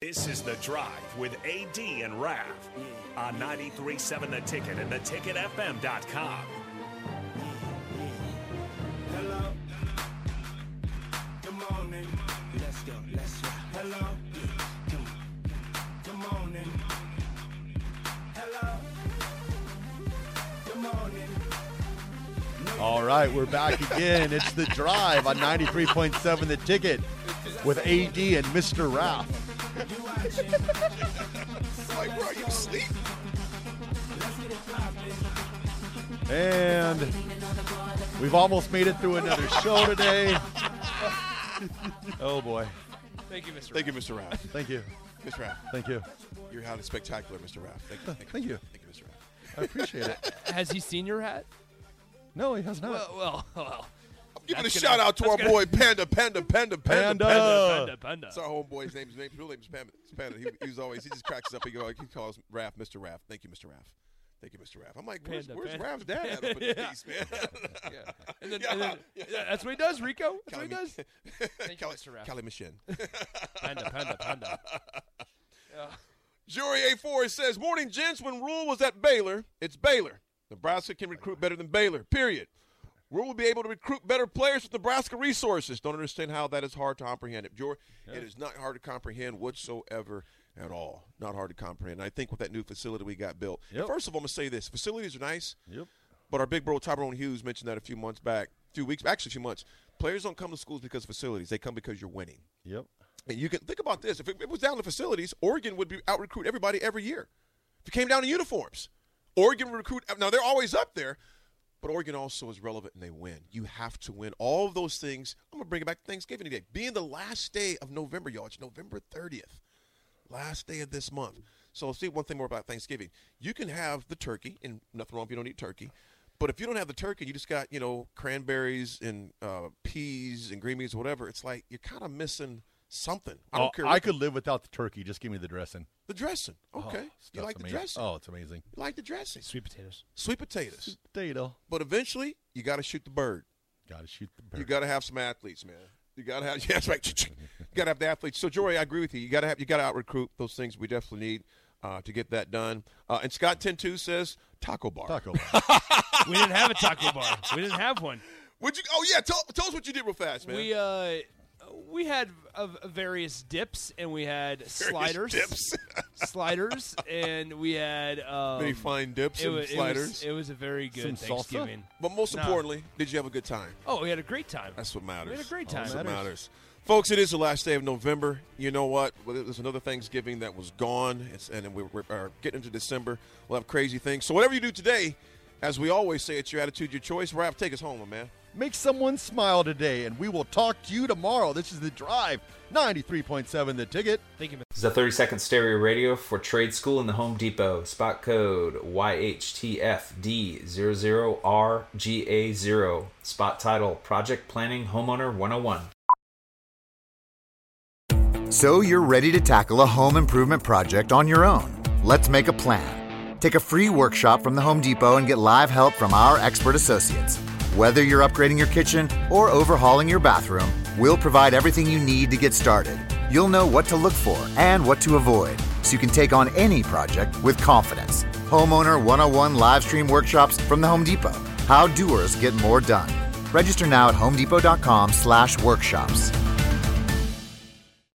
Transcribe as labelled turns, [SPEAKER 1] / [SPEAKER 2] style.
[SPEAKER 1] This is The Drive with AD and Rav on 93.7 The Ticket and theticketfm.com.
[SPEAKER 2] Hello. Good morning. Let's go. Let's go. Hello. Come on. Good morning. Hello. Good morning.
[SPEAKER 3] All right, we're back again. It's the drive on 93.7 The Ticket with AD and Mr. Ralph.
[SPEAKER 2] You watching?
[SPEAKER 4] Like, bro, you sleep?
[SPEAKER 2] Let's get it poppin'.
[SPEAKER 3] And we've almost made it through another show today. Oh boy.
[SPEAKER 5] Thank you, Mr.
[SPEAKER 4] Thank you, Mr. Raff.
[SPEAKER 3] Thank you.
[SPEAKER 4] Mr. Raff,
[SPEAKER 3] Thank you.
[SPEAKER 4] your hat is spectacular, Mr. Raff. Thank you. Thank
[SPEAKER 3] Thank you.
[SPEAKER 4] Thank you, Mr. Raff.
[SPEAKER 3] I appreciate it.
[SPEAKER 5] Has he seen your hat?
[SPEAKER 3] No, he has not.
[SPEAKER 5] Well, Uh, well, well.
[SPEAKER 4] I'm giving
[SPEAKER 5] That's
[SPEAKER 4] a
[SPEAKER 5] gonna-
[SPEAKER 4] shout out to
[SPEAKER 5] that's
[SPEAKER 4] our
[SPEAKER 5] gonna-
[SPEAKER 4] boy Panda, Panda, Panda, Panda,
[SPEAKER 3] Panda.
[SPEAKER 4] Panda.
[SPEAKER 3] Uh.
[SPEAKER 5] Panda, panda,
[SPEAKER 4] That's
[SPEAKER 5] panda.
[SPEAKER 4] our homeboy's name. His name, his real name is Panda. It's Panda. He, he was always, he just cracks us up. He, go, he calls Raff Mr. Raff. Thank you, Mr. Raff. Thank you, Mr. Raff. I'm like, where's,
[SPEAKER 5] Panda,
[SPEAKER 4] where's
[SPEAKER 5] Panda.
[SPEAKER 4] Raff's dad at up in the piece, man?
[SPEAKER 5] Yeah. And then,
[SPEAKER 4] Yeah,
[SPEAKER 5] and then
[SPEAKER 4] yeah.
[SPEAKER 5] yeah, that's what he does, Rico. That's
[SPEAKER 4] Cali
[SPEAKER 5] what he does. Thank you,
[SPEAKER 4] Cali-
[SPEAKER 5] Mr. Raff.
[SPEAKER 4] Cali Machin.
[SPEAKER 5] Panda, panda, panda.
[SPEAKER 4] Jury A4 says, Morning, gents. When Rule was at Baylor, it's Baylor. Nebraska can recruit better than Baylor, period. Rule will be able to recruit better players with Nebraska resources. Don't understand how that is hard to comprehend. It, Jory, it is not hard to comprehend whatsoever at all. Not hard to comprehend. I think with that new facility we got built.
[SPEAKER 3] Yep.
[SPEAKER 4] First of all, I'm going to say this facilities are nice.
[SPEAKER 3] Yep.
[SPEAKER 4] But our big bro Tyrone Hughes mentioned that a few months back, a few weeks, actually a few months. Players don't come to schools because of facilities. They come because you're winning.
[SPEAKER 3] Yep.
[SPEAKER 4] And you can think about this: if it, it was down to facilities, Oregon would be out recruit everybody every year. If it came down to uniforms, Oregon would recruit. Now they're always up there, but Oregon also is relevant and they win. You have to win all of those things. I'm gonna bring it back to Thanksgiving today, being the last day of November, y'all. It's November 30th, last day of this month. So let's see one thing more about Thanksgiving. You can have the turkey, and nothing wrong if you don't eat turkey. But if you don't have the turkey, you just got you know cranberries and uh, peas and green beans, whatever. It's like you're kind of missing something. I don't
[SPEAKER 3] Oh,
[SPEAKER 4] care.
[SPEAKER 3] I
[SPEAKER 4] what-
[SPEAKER 3] could live without the turkey. Just give me the dressing.
[SPEAKER 4] the dressing.
[SPEAKER 3] Oh,
[SPEAKER 4] Okay, you
[SPEAKER 3] stuff's
[SPEAKER 4] like the
[SPEAKER 3] amazing.
[SPEAKER 4] dressing.
[SPEAKER 3] Oh, it's amazing.
[SPEAKER 4] You like the dressing.
[SPEAKER 5] Sweet potatoes.
[SPEAKER 4] Sweet potatoes.
[SPEAKER 3] Potato.
[SPEAKER 4] But eventually, you got to shoot the bird.
[SPEAKER 3] Gotta shoot the
[SPEAKER 4] You
[SPEAKER 3] bird.
[SPEAKER 4] got to have some athletes, man. You got to have. Yeah, that's right. you got to have the athletes. So, Jory, I agree with you. You got to have. You got to out recruit those things. We definitely need uh, to get that done. Uh, and Scott Ten Two says taco bar.
[SPEAKER 3] Taco Bell.
[SPEAKER 5] We didn't have a taco bar. We didn't have one.
[SPEAKER 4] Would you? Oh yeah. Tell, tell us what you did real fast, man.
[SPEAKER 5] We uh, we had uh, various dips, and we had sliders,
[SPEAKER 4] dips.
[SPEAKER 5] sliders, and we had um,
[SPEAKER 4] Many fine dips
[SPEAKER 5] it
[SPEAKER 4] and
[SPEAKER 5] wa- it was,
[SPEAKER 4] sliders.
[SPEAKER 5] It was, a very
[SPEAKER 3] Some
[SPEAKER 5] good
[SPEAKER 3] salsa?
[SPEAKER 5] Thanksgiving.
[SPEAKER 4] but most
[SPEAKER 5] Nah.
[SPEAKER 4] importantly, did you have a good time?
[SPEAKER 5] Oh, we had a great time.
[SPEAKER 4] That's what matters.
[SPEAKER 5] We had a great time.
[SPEAKER 4] That's what
[SPEAKER 3] matters.
[SPEAKER 4] matters. Folks, it is the last day of November. You know what? Well, There's another Thanksgiving that was gone, it's, and we're, we're are getting into December. We'll have crazy things. So whatever you do today, as we always say, it's your attitude, your choice. Rap, take us home, my man.
[SPEAKER 3] Make someone smile today, and we will talk to you tomorrow. This is the drive 93.7 The Ticket.
[SPEAKER 5] Thank you,
[SPEAKER 6] This is a 30 second stereo radio for Trade School in the Home Depot. Spot code YHTFD00RGA0. Spot title Project Planning Homeowner 101.
[SPEAKER 7] So you're ready to tackle a home improvement project on your own. Let's make a plan. Take a free workshop from the Home Depot and get live help from our expert associates. Whether you're upgrading your kitchen or overhauling your bathroom, we'll provide everything you need to get started. You'll know what to look for and what to avoid, so you can take on any project with confidence. Homeowner 101 live stream workshops from the Home Depot. How doers get more done. Register now at homedepot.com/workshops.